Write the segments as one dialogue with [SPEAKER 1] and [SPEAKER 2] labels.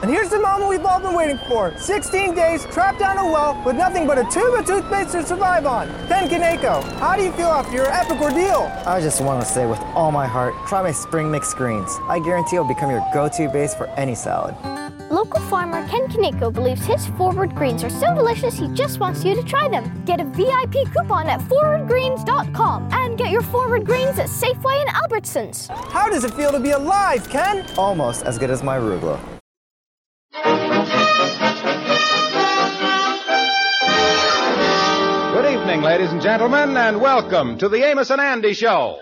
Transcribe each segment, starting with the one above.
[SPEAKER 1] And here's the moment we've all been waiting for 16 days trapped down a well with nothing but a tube of toothpaste to survive on. Ken Kaneko, how do you feel after your epic ordeal?
[SPEAKER 2] I just want to say with all my heart try my spring mix greens. I guarantee it'll become your go to base for any salad.
[SPEAKER 3] Local farmer Ken Kaneko believes his forward greens are so delicious he just wants you to try them. Get a VIP coupon at forwardgreens.com and get your forward greens at Safeway and Albertsons.
[SPEAKER 1] How does it feel to be alive, Ken?
[SPEAKER 2] Almost as good as my arugula.
[SPEAKER 4] Good evening, ladies and gentlemen, and welcome to the Amos and Andy Show.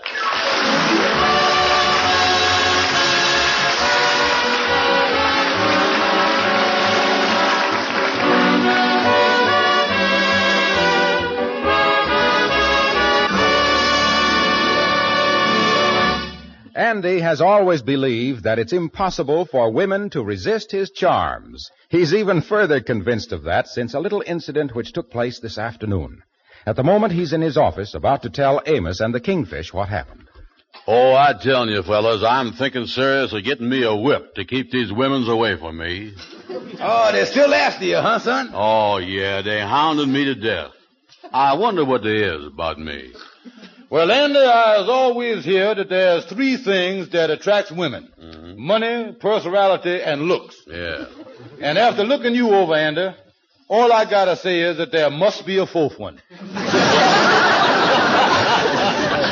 [SPEAKER 4] Andy has always believed that it's impossible for women to resist his charms. He's even further convinced of that since a little incident which took place this afternoon. At the moment, he's in his office about to tell Amos and the Kingfish what happened.
[SPEAKER 5] Oh, I tell you, fellas, I'm thinking serious of getting me a whip to keep these women's away from me.
[SPEAKER 6] Oh, they're still after you, huh, son?
[SPEAKER 5] Oh, yeah, they hounded me to death. I wonder what they is about me.
[SPEAKER 7] Well, Andy, I has always heard that there's three things that attracts women. Mm-hmm. Money, personality, and looks.
[SPEAKER 5] Yeah.
[SPEAKER 7] And after looking you over, Andy, all I gotta say is that there must be a fourth one.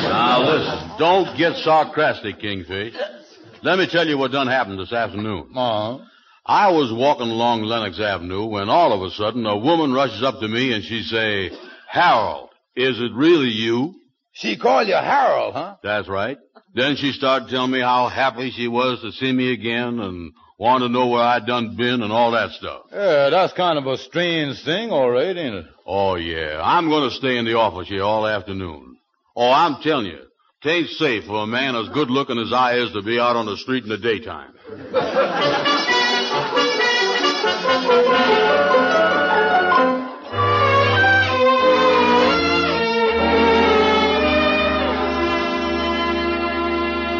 [SPEAKER 5] now listen, don't get sarcastic, Kingfish. Let me tell you what done happened this afternoon.
[SPEAKER 7] Uh-huh.
[SPEAKER 5] I was walking along Lenox Avenue when all of a sudden a woman rushes up to me and she say, Harold, is it really you?
[SPEAKER 6] She called you Harold, huh?
[SPEAKER 5] That's right. Then she started telling me how happy she was to see me again and wanted to know where I'd done been and all that stuff.
[SPEAKER 7] Yeah, that's kind of a strange thing, all right, ain't it?
[SPEAKER 5] Oh, yeah. I'm going to stay in the office here all afternoon. Oh, I'm telling you, it ain't safe for a man as good looking as I is to be out on the street in the daytime.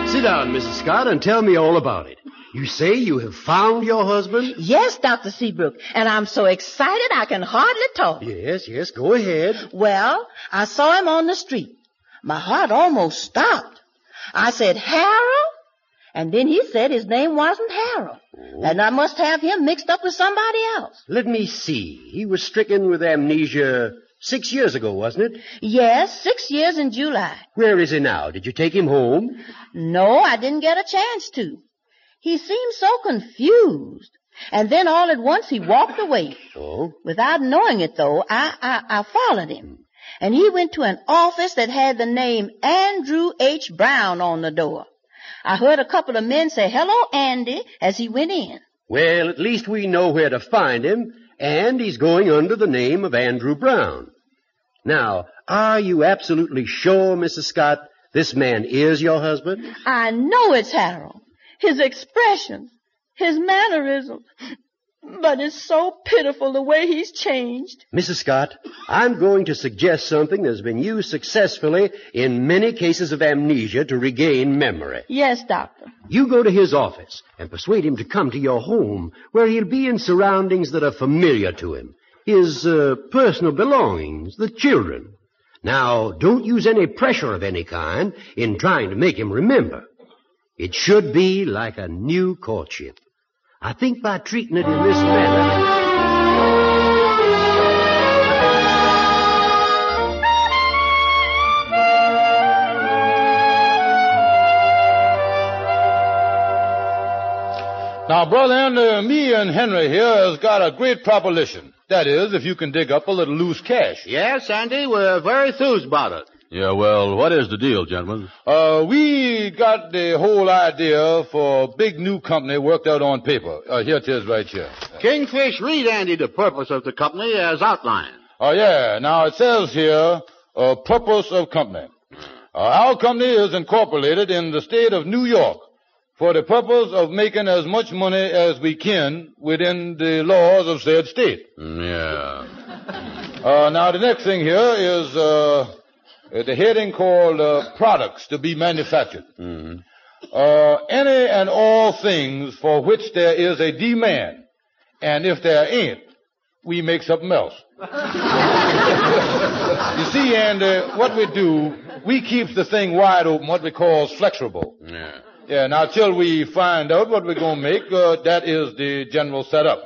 [SPEAKER 8] Sit down, Mrs. Scott, and tell me all about it. You say you have found your husband?
[SPEAKER 9] Yes, Dr. Seabrook, and I'm so excited I can hardly talk.
[SPEAKER 8] Yes, yes, go ahead.
[SPEAKER 9] Well, I saw him on the street. My heart almost stopped. I said, Harold? And then he said his name wasn't Harold. Oh. And I must have him mixed up with somebody else.
[SPEAKER 8] Let me see. He was stricken with amnesia Six years ago, wasn't it?
[SPEAKER 9] Yes, six years in July.
[SPEAKER 8] Where is he now? Did you take him home?
[SPEAKER 9] No, I didn't get a chance to. He seemed so confused. And then all at once he walked away.
[SPEAKER 8] So?
[SPEAKER 9] Without knowing it though, I, I, I followed him. And he went to an office that had the name Andrew H. Brown on the door. I heard a couple of men say, hello, Andy, as he went in.
[SPEAKER 8] Well, at least we know where to find him and he's going under the name of Andrew Brown. Now, are you absolutely sure, Mrs. Scott, this man is your husband?
[SPEAKER 9] I know it's Harold. His expressions, his mannerisms. But it's so pitiful the way he's changed.
[SPEAKER 8] Mrs. Scott, I'm going to suggest something that's been used successfully in many cases of amnesia to regain memory.
[SPEAKER 9] Yes, Doctor.
[SPEAKER 8] You go to his office and persuade him to come to your home, where he'll be in surroundings that are familiar to him. His uh, personal belongings, the children. Now, don't use any pressure of any kind in trying to make him remember. It should be like a new courtship. I think by treating it in this manner.
[SPEAKER 7] Now, brother, and, uh, me and Henry here has got a great proposition. That is, if you can dig up a little loose cash.
[SPEAKER 6] Yes, Andy, we're very enthused about it.
[SPEAKER 5] Yeah, well, what is the deal, gentlemen?
[SPEAKER 7] Uh, we got the whole idea for a big new company worked out on paper. Uh, here it is right here.
[SPEAKER 10] Kingfish, read Andy the purpose of the company as outlined.
[SPEAKER 7] Oh, yeah. Now it says here, uh, purpose of company. Uh, our company is incorporated in the state of New York for the purpose of making as much money as we can within the laws of said state.
[SPEAKER 5] Yeah.
[SPEAKER 7] Uh, now the next thing here is, uh, the heading called, uh, products to be manufactured.
[SPEAKER 5] Mhm.
[SPEAKER 7] Uh, any and all things for which there is a demand. And if there ain't, we make something else. You see, Andy, what we do, we keep the thing wide open, what we call flexible.
[SPEAKER 5] Yeah.
[SPEAKER 7] Yeah, now till we find out what we're gonna make, uh, that is the general setup.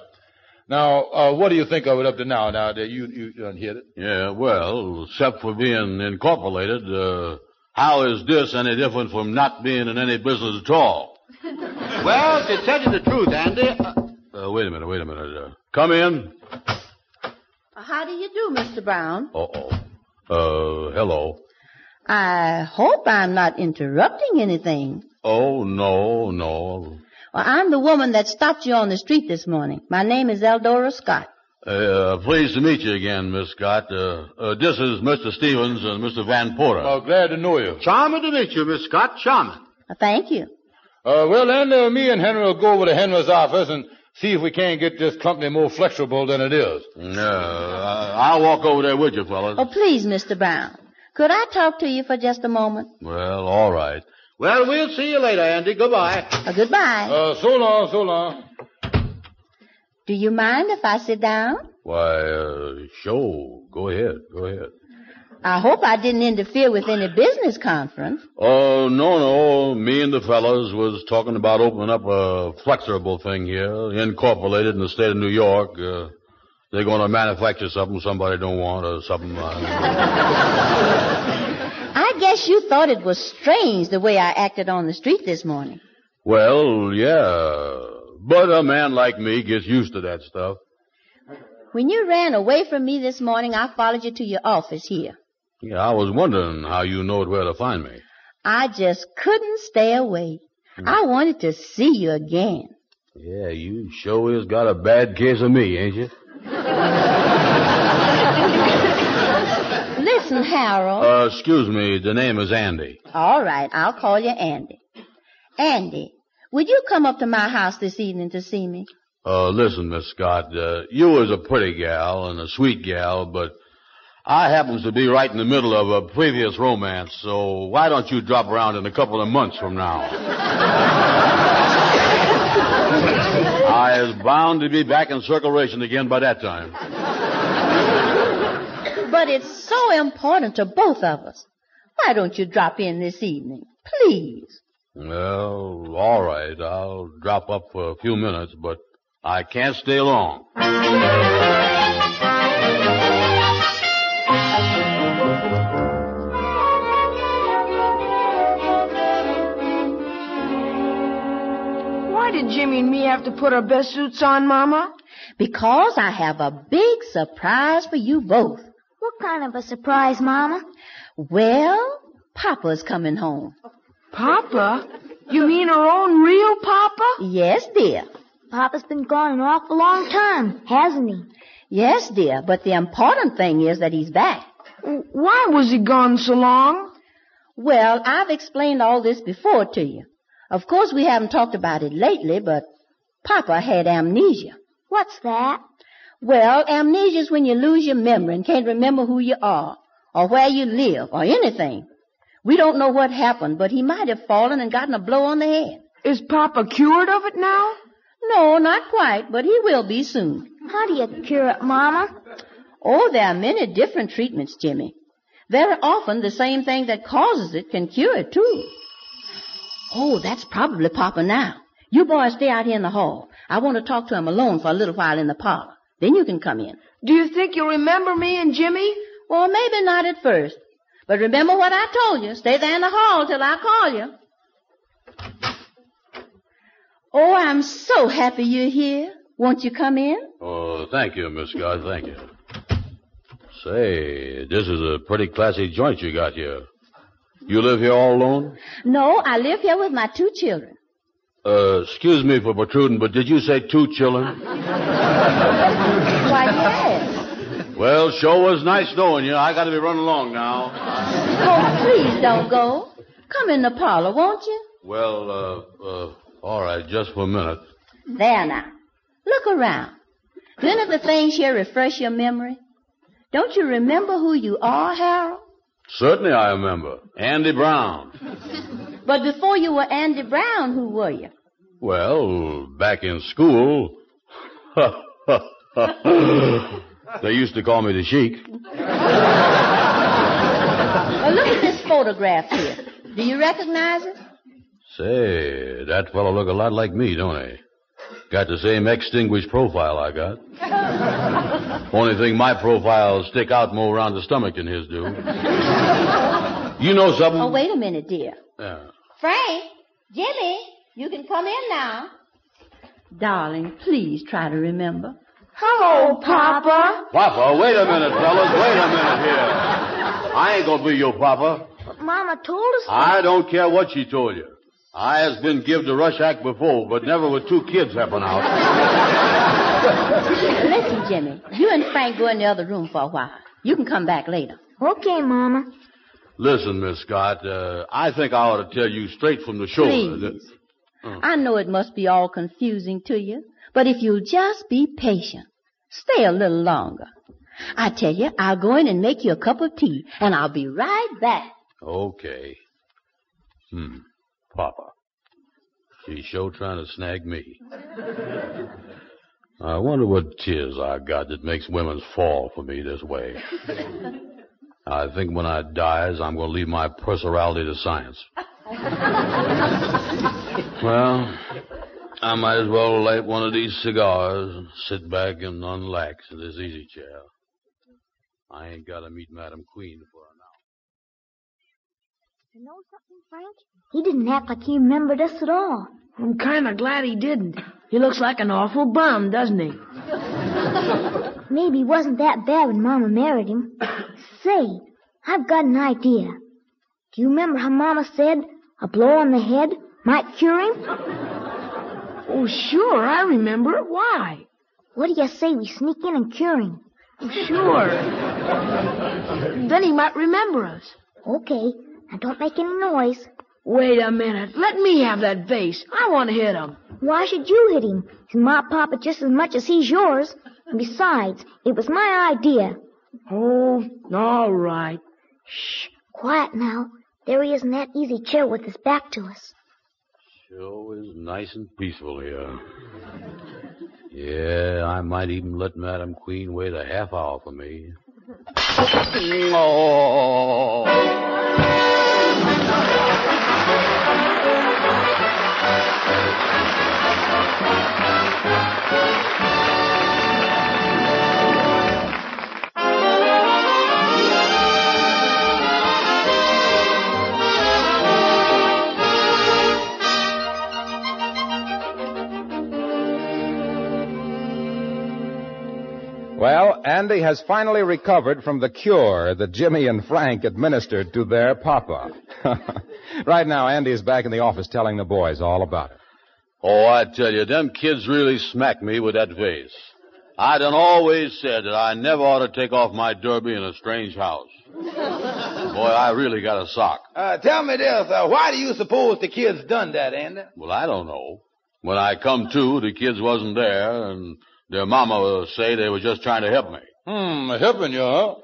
[SPEAKER 7] Now, uh, what do you think of it up to now? Now that you, you done hit it.
[SPEAKER 5] Yeah, well, except for being incorporated, uh, how is this any different from not being in any business at all?
[SPEAKER 10] Well, to tell you the truth, Andy, uh,
[SPEAKER 5] Uh, wait a minute, wait a minute. Uh, come in.
[SPEAKER 9] How do you do, Mr. Brown?
[SPEAKER 5] Uh-oh. Uh, hello.
[SPEAKER 9] I hope I'm not interrupting anything.
[SPEAKER 5] Oh, no, no.
[SPEAKER 9] Well, I'm the woman that stopped you on the street this morning. My name is Eldora Scott.
[SPEAKER 5] Uh, pleased to meet you again, Miss Scott. Uh, uh, this is Mr. Stevens and Mr. Van Porter.
[SPEAKER 7] Well, Oh, glad to know you.
[SPEAKER 10] Charming to meet you, Miss Scott. Charming.
[SPEAKER 9] Uh, Thank you.
[SPEAKER 7] Uh, well, then, uh, me and Henry will go over to Henry's office and see if we can't get this company more flexible than it is.
[SPEAKER 5] No, I, I'll walk over there with you, fellas.
[SPEAKER 9] Oh, please, Mr. Brown, could I talk to you for just a moment?
[SPEAKER 5] Well, all right.
[SPEAKER 10] Well, we'll see you later, Andy. Goodbye.
[SPEAKER 9] Uh, goodbye.
[SPEAKER 7] Uh, so long, so long.
[SPEAKER 9] Do you mind if I sit down?
[SPEAKER 5] Why, uh, sure. Go ahead, go ahead.
[SPEAKER 9] I hope I didn't interfere with any business conference.
[SPEAKER 5] Oh, no, no. Me and the fellas was talking about opening up a flexible thing here, incorporated in the state of New York. Uh, they're going to manufacture something somebody don't want or something. Uh,
[SPEAKER 9] I guess you thought it was strange the way I acted on the street this morning.
[SPEAKER 5] well, yeah. But a man like me gets used to that stuff.
[SPEAKER 9] When you ran away from me this morning, I followed you to your office here.
[SPEAKER 5] Yeah, I was wondering how you knowed where to find me.
[SPEAKER 9] I just couldn't stay away. I wanted to see you again.
[SPEAKER 5] Yeah, you sure is got a bad case of me, ain't you?
[SPEAKER 9] Listen, Harold.
[SPEAKER 5] Uh, excuse me, the name is Andy.
[SPEAKER 9] All right, I'll call you Andy. Andy, would you come up to my house this evening to see me?
[SPEAKER 5] Uh, listen, Miss Scott, uh, you is a pretty gal and a sweet gal, but I happens to be right in the middle of a previous romance, so why don't you drop around in a couple of months from now? I is bound to be back in circulation again by that time.
[SPEAKER 9] But it's so important to both of us. Why don't you drop in this evening? Please.
[SPEAKER 5] Well, all right, I'll drop up for a few minutes, but I can't stay long.
[SPEAKER 11] Why did Jimmy and me have to put our best suits on, Mama?
[SPEAKER 9] Because I have a big surprise for you both.
[SPEAKER 12] What kind of a surprise, Mama?
[SPEAKER 9] Well, Papa's coming home.
[SPEAKER 11] Papa? You mean our own real Papa?
[SPEAKER 9] Yes, dear.
[SPEAKER 12] Papa's been gone an awful long time, hasn't he?
[SPEAKER 9] Yes, dear, but the important thing is that he's back.
[SPEAKER 11] Why was he gone so long?
[SPEAKER 9] Well, I've explained all this before to you. Of course, we haven't talked about it lately, but Papa had amnesia.
[SPEAKER 12] What's that?
[SPEAKER 9] Well, amnesia is when you lose your memory and can't remember who you are, or where you live, or anything. We don't know what happened, but he might have fallen and gotten a blow on the head.
[SPEAKER 11] Is Papa cured of it now?
[SPEAKER 9] No, not quite, but he will be soon.
[SPEAKER 12] How do you cure it, Mama?
[SPEAKER 9] Oh, there are many different treatments, Jimmy. Very often the same thing that causes it can cure it too. Oh, that's probably Papa now. You boys stay out here in the hall. I want to talk to him alone for a little while in the parlor. Then you can come in.
[SPEAKER 11] Do you think you'll remember me and Jimmy?
[SPEAKER 9] Well, maybe not at first. But remember what I told you. Stay there in the hall till I call you. Oh, I'm so happy you're here. Won't you come in?
[SPEAKER 5] Oh, thank you, Miss Scott. Thank you. Say, this is a pretty classy joint you got here. You live here all alone?
[SPEAKER 9] No, I live here with my two children.
[SPEAKER 5] Uh, excuse me for protruding, but did you say two children?
[SPEAKER 9] Why, yes.
[SPEAKER 5] Well, sure was nice knowing you. I gotta be running along now.
[SPEAKER 9] Oh, please don't go. Come in the parlor, won't you?
[SPEAKER 5] Well, uh, uh, all right, just for a minute.
[SPEAKER 9] There now. Look around. None of the things here refresh your memory. Don't you remember who you are, Harold?
[SPEAKER 5] Certainly I remember. Andy Brown.
[SPEAKER 9] But before you were Andy Brown, who were you?
[SPEAKER 5] Well, back in school, they used to call me the Sheik.
[SPEAKER 9] Well, look at this photograph here. Do you recognize it?
[SPEAKER 5] Say, that fellow look a lot like me, don't he? Got the same extinguished profile I got. Only thing my profile stick out more around the stomach than his do. You know something?
[SPEAKER 9] Oh, wait a minute, dear.
[SPEAKER 5] Yeah.
[SPEAKER 9] Frank, Jimmy, you can come in now. Darling, please try to remember. Hello, Papa.
[SPEAKER 5] Papa, wait a minute, fellas. Wait a minute here. I ain't gonna be your papa.
[SPEAKER 12] But Mama told us.
[SPEAKER 5] I don't care what she told you. I has been give the rush act before, but never with two kids helping out.
[SPEAKER 9] Listen, Jimmy, you and Frank go in the other room for a while. You can come back later. Okay, Mama.
[SPEAKER 5] Listen, Miss Scott, uh, I think I ought to tell you straight from the shoulder. that-
[SPEAKER 9] I know it must be all confusing to you, but if you'll just be patient, stay a little longer. I tell you, I'll go in and make you a cup of tea, and I'll be right back.
[SPEAKER 5] Okay. Hmm. Papa. She's sure trying to snag me. I wonder what tis I got that makes women fall for me this way. I think when I dies, I'm going to leave my personality to science. Well, I might as well light one of these cigars and sit back and unlax in this easy chair. I ain't got to meet Madam Queen for an hour.
[SPEAKER 12] You know something, Frank? He didn't act like he remembered us at all.
[SPEAKER 11] I'm kind of glad he didn't. He looks like an awful bum, doesn't he?
[SPEAKER 12] Maybe he wasn't that bad when Mama married him. Say, I've got an idea. Do you remember how Mama said a blow on the head might cure him?
[SPEAKER 11] Oh, sure, I remember. Why? Oh,
[SPEAKER 12] What do you say we sneak in and cure him?
[SPEAKER 11] Sure. Then he might remember us.
[SPEAKER 12] Okay, now don't make any noise.
[SPEAKER 11] Wait a minute. Let me have that vase. I want to hit him.
[SPEAKER 12] Why should you hit him? He's my papa just as much as he's yours. And besides, it was my idea.
[SPEAKER 11] Oh, all right.
[SPEAKER 12] Quiet now. There he is in that easy chair with his back to us.
[SPEAKER 5] Sure is nice and peaceful here. Yeah, I might even let Madam Queen wait a half hour for me.
[SPEAKER 6] Oh.
[SPEAKER 4] Well, Andy has finally recovered from the cure that Jimmy and Frank administered to their papa. right now, Andy is back in the office telling the boys all about it.
[SPEAKER 5] Oh, I tell you, them kids really smacked me with that vase. I done always said that I never ought to take off my derby in a strange house. Boy, I really got a sock.
[SPEAKER 6] Uh, tell me this. Uh, why do you suppose the kids done that, Andy?
[SPEAKER 5] Well, I don't know. When I come to, the kids wasn't there, and their mama will say they were just trying to help me.
[SPEAKER 7] Hmm, helping you, huh?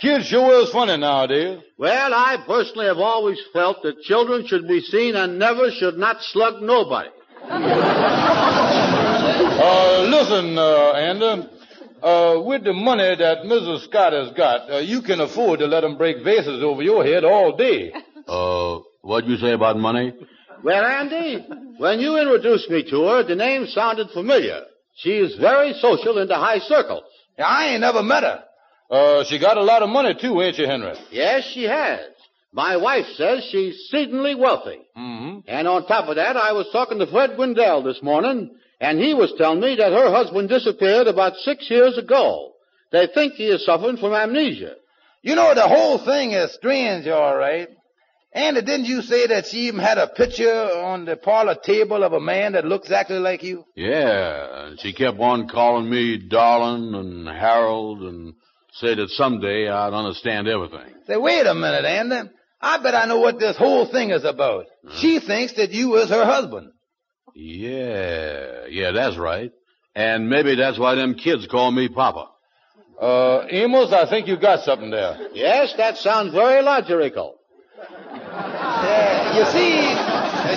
[SPEAKER 7] Kids sure is funny nowadays.
[SPEAKER 5] Well,
[SPEAKER 10] I personally have always felt that children should be seen and never should not slug nobody.
[SPEAKER 7] Uh, listen, uh, Andy. Uh, with the money that Mrs. Scott has got, uh, you can afford to let 'em break vases over your head all day.
[SPEAKER 5] Uh, what'd you say about money?
[SPEAKER 10] Well, Andy, when you introduced me to her, the name sounded familiar. She is very social in the high circles. I ain't never met her.
[SPEAKER 7] Uh, she got a lot of money too, ain't she, Henry?
[SPEAKER 10] Yes, she has. My wife says she's exceedingly wealthy.
[SPEAKER 7] Mm-hmm.
[SPEAKER 10] And on top of that, I was talking to Fred Wendell this morning, and he was telling me that her husband disappeared about six years ago.
[SPEAKER 13] They think he is suffering from amnesia.
[SPEAKER 4] You know, the whole thing is strange, all right. Andy, didn't you say that she even had a picture on the parlor table of a man that looks exactly like you?
[SPEAKER 8] Yeah, and she kept on calling me darling and Harold and said that someday I'd understand everything.
[SPEAKER 4] Say, wait a minute, Andy. I bet I know what this whole thing is about. She thinks that you is her husband.
[SPEAKER 8] Yeah, yeah, that's right. And maybe that's why them kids call me Papa.
[SPEAKER 5] Uh, Amos, I think you got something there.
[SPEAKER 13] Yes, that sounds very logical.
[SPEAKER 4] You see,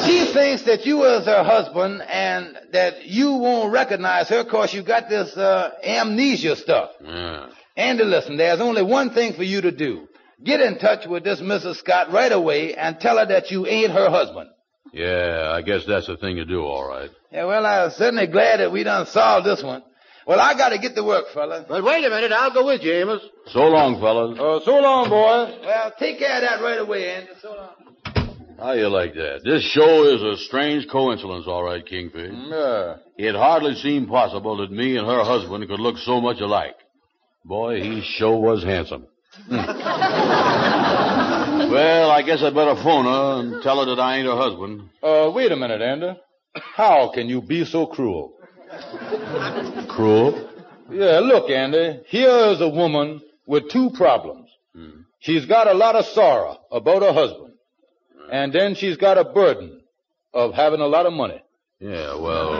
[SPEAKER 4] she thinks that you is her husband and that you won't recognize her because you got this uh, amnesia stuff.
[SPEAKER 8] Yeah.
[SPEAKER 4] Andy, listen, there's only one thing for you to do. Get in touch with this Mrs. Scott right away and tell her that you ain't her husband.
[SPEAKER 8] Yeah, I guess that's the thing to do, all right.
[SPEAKER 4] Yeah, well, I'm certainly glad that we done solved this one. Well, I gotta get to work, fella.
[SPEAKER 13] But wait a minute, I'll go with you, Amos.
[SPEAKER 8] So long, fellas.
[SPEAKER 5] Uh, so long, boy.
[SPEAKER 4] Well, take care of that right away, Andy. So long.
[SPEAKER 8] How you like that? This show is a strange coincidence, all right, Kingfish.
[SPEAKER 5] Yeah.
[SPEAKER 8] It hardly seemed possible that me and her husband could look so much alike. Boy, he sure was handsome. Well, I guess I better phone her and tell her that I ain't her husband.
[SPEAKER 5] Uh, wait a minute, Andy. How can you be so cruel?
[SPEAKER 8] Cruel?
[SPEAKER 5] Yeah, look, Andy. Here is a woman with two problems.
[SPEAKER 8] Hmm.
[SPEAKER 5] She's got a lot of sorrow about her husband. And then she's got a burden of having a lot of money.
[SPEAKER 8] Yeah, well.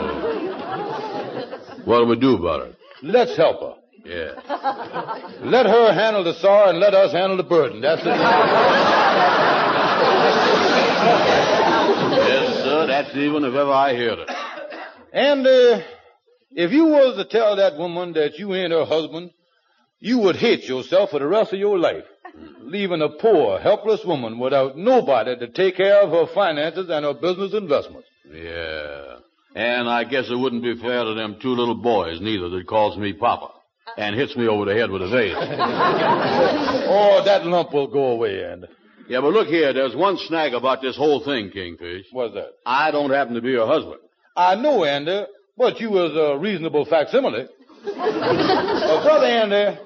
[SPEAKER 8] What'll we do about it?
[SPEAKER 5] Let's help her.
[SPEAKER 8] Yeah.
[SPEAKER 5] Let her handle the sorrow and let us handle the burden. That's
[SPEAKER 8] Yes, sir, that's even if ever I heard it.
[SPEAKER 5] And uh, if you was to tell that woman that you ain't her husband, you would hate yourself for the rest of your life, leaving a poor, helpless woman without nobody to take care of her finances and her business investments.
[SPEAKER 8] Yeah. And I guess it wouldn't be fair to them two little boys, neither, that calls me Papa and hits me over the head with his ace.
[SPEAKER 5] Oh, that lump will go away, Andy.
[SPEAKER 8] Yeah, but look here, there's one snag about this whole thing, Kingfish.
[SPEAKER 5] What's that?
[SPEAKER 8] I don't happen to be her husband.
[SPEAKER 5] I know, Andy, but you was a reasonable facsimile. But brother Andy,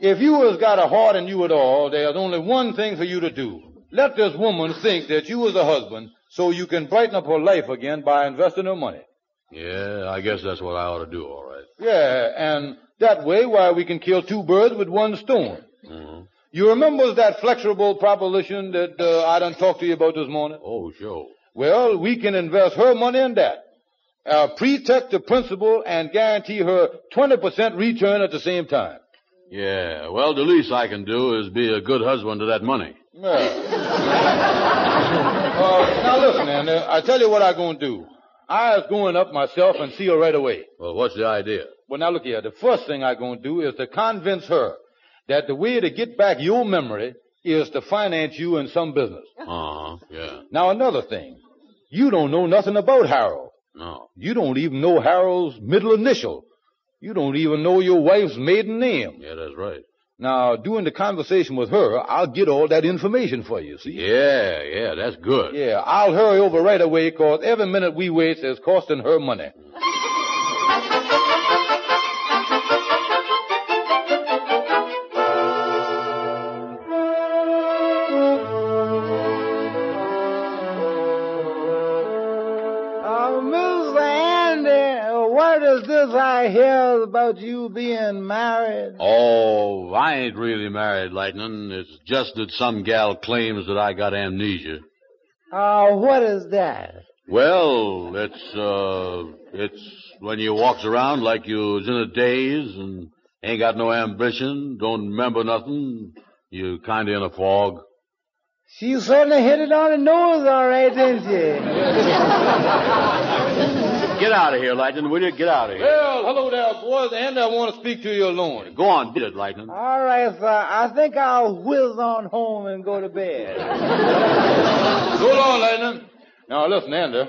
[SPEAKER 5] if you has got a heart in you at all, there's only one thing for you to do. Let this woman think that you was a husband so you can brighten up her life again by investing her money.
[SPEAKER 8] Yeah, I guess that's what I ought to do, all right.
[SPEAKER 5] Yeah, and that way, why, we can kill two birds with one stone.
[SPEAKER 8] Mm-hmm.
[SPEAKER 5] You remember that flexible proposition that uh, I done talked to you about this morning?
[SPEAKER 8] Oh, sure.
[SPEAKER 5] Well, we can invest her money in that. Uh, protect the principal and guarantee her 20% return at the same time.
[SPEAKER 8] Yeah, well, the least I can do is be a good husband to that money.
[SPEAKER 5] Yeah. Uh, now listen, Andy, I tell you what I gonna do. I is going up myself and see her right away.
[SPEAKER 8] Well, what's the idea?
[SPEAKER 5] Well, now look here. The first thing I gonna do is to convince her that the way to get back your memory is to finance you in some business.
[SPEAKER 8] Uh huh, yeah.
[SPEAKER 5] Now another thing. You don't know nothing about Harold.
[SPEAKER 8] No.
[SPEAKER 5] You don't even know Harold's middle initial. You don't even know your wife's maiden name.
[SPEAKER 8] Yeah, that's right.
[SPEAKER 5] Now, during the conversation with her, I'll get all that information for you, see?
[SPEAKER 8] Yeah, yeah, that's good.
[SPEAKER 5] Yeah, I'll hurry over right away, cause every minute we waste is costing her money.
[SPEAKER 14] Oh, Mr. Andy, what is this I hear about you being married?
[SPEAKER 8] Oh, I ain't really married, Lightning. It's just that some gal claims that I got amnesia.
[SPEAKER 14] Oh, what is that?
[SPEAKER 8] Well, it's, uh, it's when you walks around like you was in a daze and ain't got no ambition, don't remember nothing, you kinda in a fog.
[SPEAKER 14] She certainly hit it on the nose, all right, didn't she?
[SPEAKER 8] Get out of here, Lightning, will you? Get out of here.
[SPEAKER 5] Well, hello there, boys. Andy, I want to speak to you alone.
[SPEAKER 8] Go on, beat it, Lightning.
[SPEAKER 14] all right, sir. I think I'll whiz on home and go to bed.
[SPEAKER 5] Go on, Lightning. Now listen, Andy.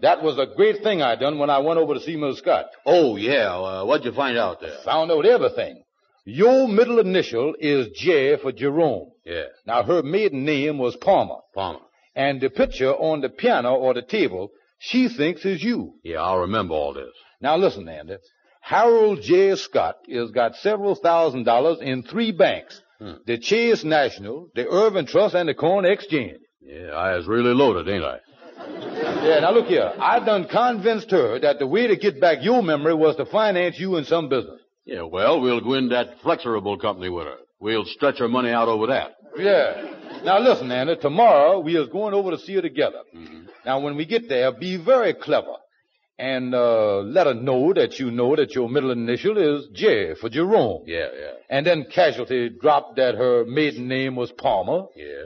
[SPEAKER 5] That was a great thing I done when I went over to see Miss Scott.
[SPEAKER 8] Oh, yeah, uh, what'd you find out there?
[SPEAKER 5] Found out everything. Your middle initial is J for Jerome.
[SPEAKER 8] Yeah,
[SPEAKER 5] Now her maiden name was Palmer.
[SPEAKER 8] Palmer.
[SPEAKER 5] And the picture on the piano or the table, she thinks is you.
[SPEAKER 8] Yeah, I'll remember all this.
[SPEAKER 5] Now listen, Andy.
[SPEAKER 10] Harold J. Scott has got several thousand dollars in three banks.
[SPEAKER 5] Hmm.
[SPEAKER 10] The Chase National, the Urban Trust, and the Corn Exchange.
[SPEAKER 5] Yeah, I is really loaded, ain't I?
[SPEAKER 10] Yeah, now look here. I done convinced her that the way to get back your memory was to finance you in some business.
[SPEAKER 5] Yeah, well, we'll go in that flexible company with her. We'll stretch her money out over that.
[SPEAKER 10] Yeah. Now listen, Anna, tomorrow we is going over to see her together.
[SPEAKER 5] Mm-hmm.
[SPEAKER 10] Now when we get there, be very clever. And, uh, let her know that you know that your middle initial is J for Jerome.
[SPEAKER 5] Yeah, yeah.
[SPEAKER 10] And then casualty dropped that her maiden name was Palmer.
[SPEAKER 5] Yeah.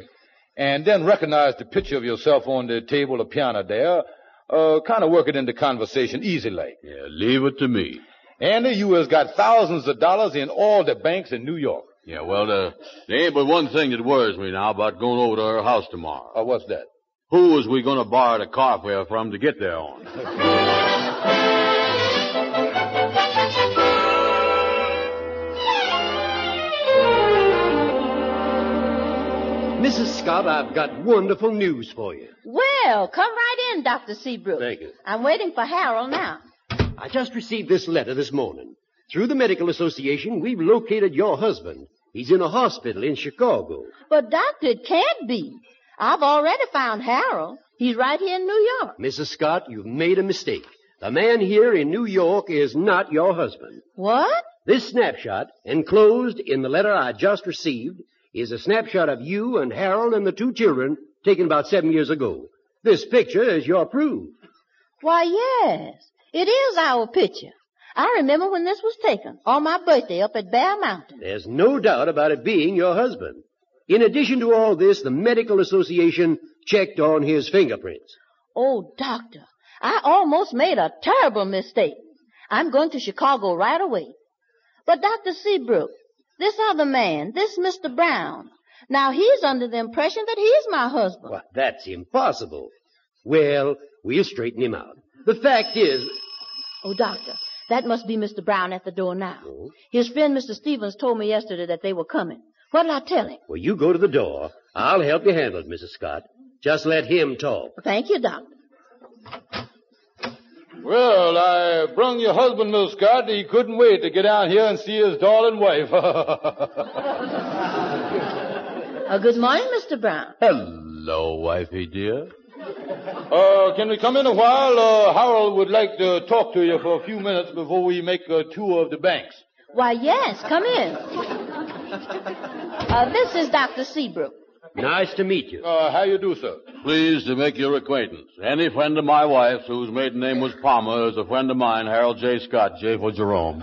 [SPEAKER 10] And then recognize the picture of yourself on the table of piano there. Uh, kind of work it into conversation easy like.
[SPEAKER 5] Yeah, leave it to me.
[SPEAKER 10] Andy, you has got thousands of dollars in all the banks in New York.
[SPEAKER 5] Yeah, well, uh, there ain't but one thing that worries me now about going over to her house tomorrow.
[SPEAKER 7] Uh,
[SPEAKER 10] Oh, what's that?
[SPEAKER 5] Who is we gonna borrow the car fare from to get there on?
[SPEAKER 8] Mrs. Scott, I've got wonderful news for you.
[SPEAKER 9] Well, come right in, Dr. Seabrook.
[SPEAKER 8] Thank you.
[SPEAKER 9] I'm waiting for Harold now.
[SPEAKER 8] I just received this letter this morning. Through the Medical Association, we've located your husband. He's in a hospital in Chicago.
[SPEAKER 9] But, Doctor, it can't be. I've already found Harold. He's right here in New York.
[SPEAKER 8] Mrs. Scott, you've made a mistake. The man here in New York is not your husband.
[SPEAKER 9] What?
[SPEAKER 8] This snapshot, enclosed in the letter I just received, is a snapshot of you and Harold and the two children taken about seven years ago. This picture is your proof.
[SPEAKER 9] Why, yes. It is our picture. I remember when this was taken, on my birthday up at Bear Mountain.
[SPEAKER 8] There's no doubt about it being your husband. In addition to all this, the Medical Association checked on his fingerprints.
[SPEAKER 9] Oh, Doctor, I almost made a terrible mistake. I'm going to Chicago right away. But, Dr. Seabrook, this other man, this Mr. Brown, now he's under the impression that he's my husband.
[SPEAKER 8] Why, that's impossible. Well, we'll straighten him out. The fact is,
[SPEAKER 9] Oh, Doctor, that must be Mr. Brown at the door now. His friend, Mr. Stevens, told me yesterday that they were coming. What'll I tell him?
[SPEAKER 8] well, you go to the door. I'll help you handle it, Mrs. Scott. Just let him talk.
[SPEAKER 9] Thank you, Doctor.
[SPEAKER 7] Well, I brung your husband, Miss Scott. He couldn't wait to get down here and see his darling wife.
[SPEAKER 9] Uh, good morning, Mr. Brown.
[SPEAKER 5] Hello, wifey dear.
[SPEAKER 7] uh, can we come in a while? Uh, Harold would like to talk to you for a few minutes before we make a tour of the banks.
[SPEAKER 9] Why, yes, come in. Uh, this is Dr. Seabrook.
[SPEAKER 8] Nice to meet you.
[SPEAKER 7] Uh, how you do, sir?
[SPEAKER 5] Pleased to make your acquaintance. Any friend of my wife's whose maiden name was Palmer is a friend of mine, Harold J. Scott, J for Jerome.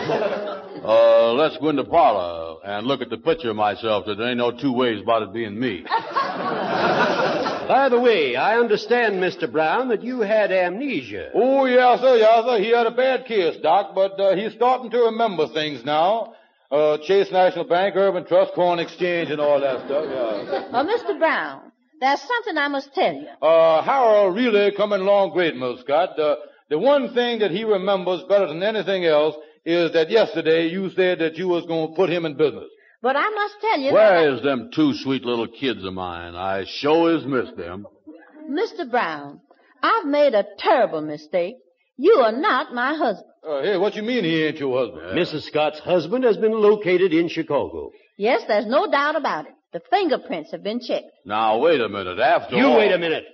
[SPEAKER 5] Uh, let's go in the parlor and look at the picture of myself. There ain't no two ways about it being me.
[SPEAKER 8] By the way, I understand, Mr. Brown, that you had amnesia.
[SPEAKER 7] Oh, yeah, sir, yeah, sir. He had a bad case, Doc, but uh, he's starting to remember things now. Uh, Chase National Bank, Urban Trust, Corn Exchange, and all that stuff, yeah.
[SPEAKER 9] Uh, Mr. Brown, there's something I must tell you.
[SPEAKER 7] Uh, Harold really coming along great, Miss Scott. Uh, the one thing that he remembers better than anything else is that yesterday you said that you was going to put him in business.
[SPEAKER 9] But I must tell you
[SPEAKER 5] Where is them two sweet little kids of mine? I sure is miss them.
[SPEAKER 9] that, Mr. Brown, I've made a terrible mistake. You are not my husband.
[SPEAKER 7] Uh, hey, what you mean he ain't your husband?
[SPEAKER 8] Mrs. Scott's husband has been located in Chicago.
[SPEAKER 9] Yes, there's no doubt about it. The fingerprints have been checked.
[SPEAKER 5] Now, wait a minute. After
[SPEAKER 8] you
[SPEAKER 5] all...
[SPEAKER 8] wait a minute.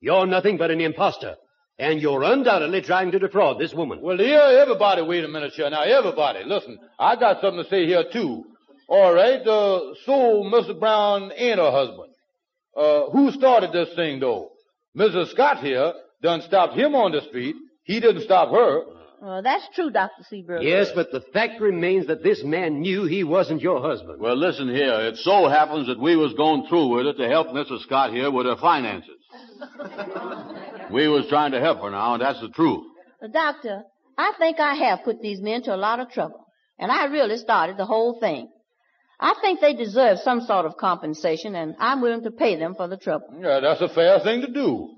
[SPEAKER 8] You're nothing but an imposter, and you're undoubtedly trying to defraud this woman.
[SPEAKER 7] Well, here, everybody, wait a minute, here. Now, everybody, listen. I got something to say here, too. All right, uh, so Mr. Brown ain't her husband. Uh, who started this thing, though? Mrs. Scott here done stopped him on the street. He didn't stop her.
[SPEAKER 9] Well, Uh, that's true, Dr. Seabrook.
[SPEAKER 8] Yes, but the fact remains that this man knew he wasn't your husband.
[SPEAKER 5] Well, listen here. It so happens that we was going through with it to help Mrs. Scott here with her finances. we was trying to help her now, and that's the truth.
[SPEAKER 9] Uh, Doctor, I think I have put these men to a lot of trouble, and I really started the whole thing. I think they deserve some sort of compensation, and I'm willing to pay them for the trouble.
[SPEAKER 7] Yeah, that's a fair thing to do.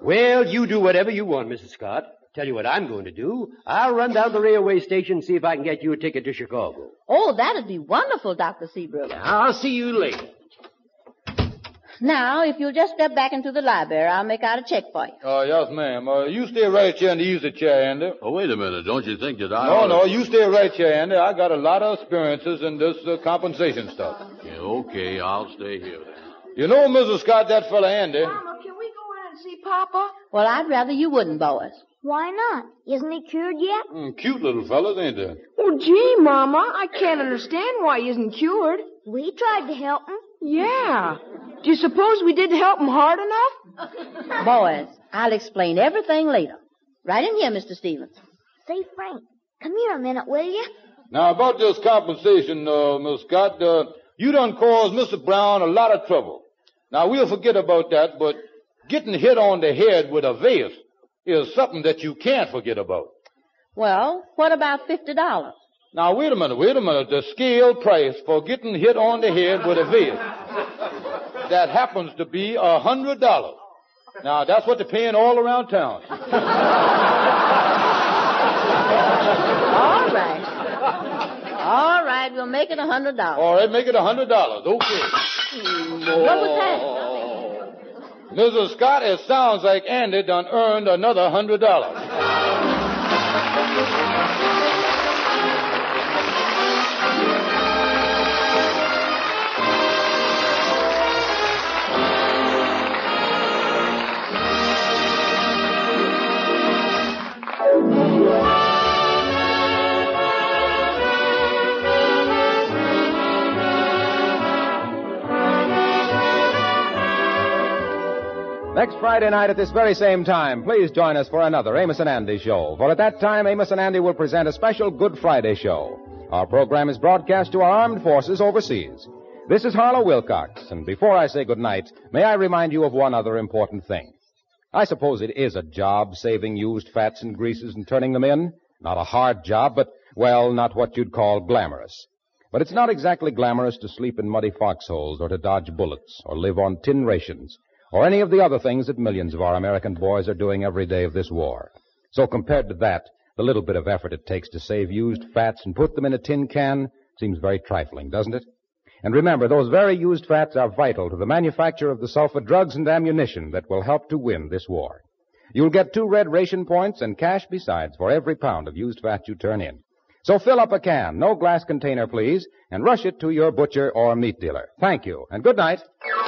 [SPEAKER 8] Well, you do whatever you want, Mrs. Scott. Tell you what I'm going to do. I'll run down the railway station and see if I can get you a ticket to Chicago.
[SPEAKER 9] Oh, that'd be wonderful, Dr. Seabrook.
[SPEAKER 8] I'll see you later.
[SPEAKER 9] Now, if you'll just step back into the library, I'll make out a check for you.
[SPEAKER 5] Uh, yes, ma'am. Uh, you stay right here in the easy chair, Andy.
[SPEAKER 15] Oh, wait a minute. Don't you think that I.
[SPEAKER 5] No,
[SPEAKER 15] oughta-
[SPEAKER 5] no, you stay right here, Andy. I got a lot of experiences in this uh, compensation stuff.
[SPEAKER 15] Yeah, okay, I'll stay here then.
[SPEAKER 5] You know, Mrs. Scott, that fella Andy.
[SPEAKER 8] Can we go in and see Papa?
[SPEAKER 9] Well, I'd rather you wouldn't, Boas.
[SPEAKER 3] Why not? Isn't he cured yet?
[SPEAKER 15] Hmm,
[SPEAKER 5] Mm, cute little fellas, ain't they?
[SPEAKER 8] Oh, gee, Mama, I can't understand why he isn't cured.
[SPEAKER 3] We tried to help him.
[SPEAKER 8] Yeah. Do you suppose we did help him hard enough?
[SPEAKER 9] Boys, I'll explain everything later. Right in here, Mr. Stevens.
[SPEAKER 3] Say, Frank, come here a minute, will you?
[SPEAKER 5] Now, about this compensation, uh, Miss Scott, uh, you done caused Mr. Brown a lot of trouble. Now, we'll forget about that, but getting hit on the head with a vase is something that you can't forget about.
[SPEAKER 9] Well, what about fifty dollars?
[SPEAKER 5] Now, wait a minute, wait a minute. The scale price for getting hit on the head with a vase, that happens to be a hundred dollars. Now, that's what they're paying all around town.
[SPEAKER 9] All right. All right, we'll make it a hundred dollars.
[SPEAKER 5] All right, make it a hundred dollars. Okay.
[SPEAKER 9] What was
[SPEAKER 5] Mrs. Scott, it sounds like Andy done earned another hundred dollars.
[SPEAKER 4] Next Friday night at this very same time, please join us for another Amos and Andy show. For at that time, Amos and Andy will present a special Good Friday show. Our program is broadcast to our armed forces overseas. This is Harlow Wilcox, and before I say good night, may I remind you of one other important thing. I suppose it is a job saving used fats and greases and turning them in. Not a hard job, but, well, not what you'd call glamorous. But it's not exactly glamorous to sleep in muddy foxholes or to dodge bullets or live on tin rations or any of the other things that millions of our American boys are doing every day of this war. So compared to that, the little bit of effort it takes to save used fats and put them in a tin can seems very trifling, doesn't it? And remember, those very used fats are vital to the manufacture of the sulfur drugs and ammunition that will help to win this war. You'll get two red ration points and cash besides for every pound of used fat you turn in. So fill up a can, no glass container please, and rush it to your butcher or meat dealer. Thank you, and good night.
[SPEAKER 3] Bye.